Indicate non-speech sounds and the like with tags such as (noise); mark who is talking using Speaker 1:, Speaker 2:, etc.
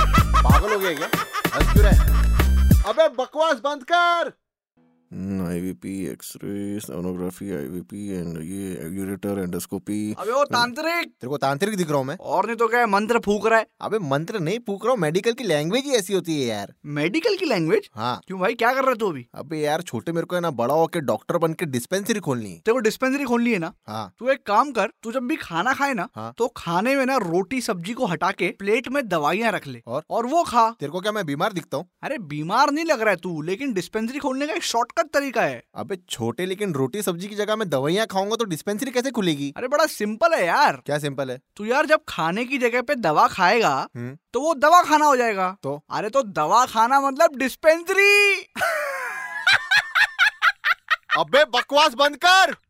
Speaker 1: पागल हो गया क्या हंस क्यों रहा है अबे बकवास बंद कर
Speaker 2: IVP x ray sonography IVP and ये एग्यूरेटर एंडोस्कोपी
Speaker 3: अबे वो तांत्रिक
Speaker 1: तेरे को तांत्रिक दिख रहा हूँ मैं
Speaker 3: और नहीं तो क्या है, मंत्र फूक रहा है
Speaker 1: अबे मंत्र नहीं पूक रहा हूँ मेडिकल की लैंग्वेज ही ऐसी होती है यार
Speaker 3: मेडिकल की लैंग्वेज
Speaker 1: हाँ
Speaker 3: क्यों भाई क्या कर रहा है तू अभी
Speaker 1: अबे यार छोटे मेरे को है ना बड़ा होके डॉक्टर बन के डिस्पेंसरी खोलनी है
Speaker 3: तेरे को डिस्पेंसरी खोलनी है ना
Speaker 1: हाँ
Speaker 3: तू एक काम कर तू जब भी खाना खाए ना
Speaker 1: हाँ।
Speaker 3: तो खाने में ना रोटी सब्जी को हटा के प्लेट में दवाइयाँ रख ले
Speaker 1: और?
Speaker 3: और वो खा
Speaker 1: तेरे को क्या मैं बीमार दिखता हूँ
Speaker 3: अरे बीमार नहीं लग रहा है तू लेकिन डिस्पेंसरी खोलने का एक शॉर्टकट तरीका है
Speaker 1: अबे छोटे लेकिन रोटी सब्जी की जगह मैं दवाइयाँ खाऊंगा तो डिस्पेंसरी कैसे खुलेगी
Speaker 3: अरे बड़ा सिंपल है यार
Speaker 1: क्या सिंपल है
Speaker 3: तू यार जब खाने की जगह पे दवा खाएगा
Speaker 1: हम्म।
Speaker 3: तो वो दवा खाना हो जाएगा
Speaker 1: तो?
Speaker 3: अरे तो दवा खाना मतलब डिस्पेंसरी (laughs)
Speaker 1: अबे बकवास बंद कर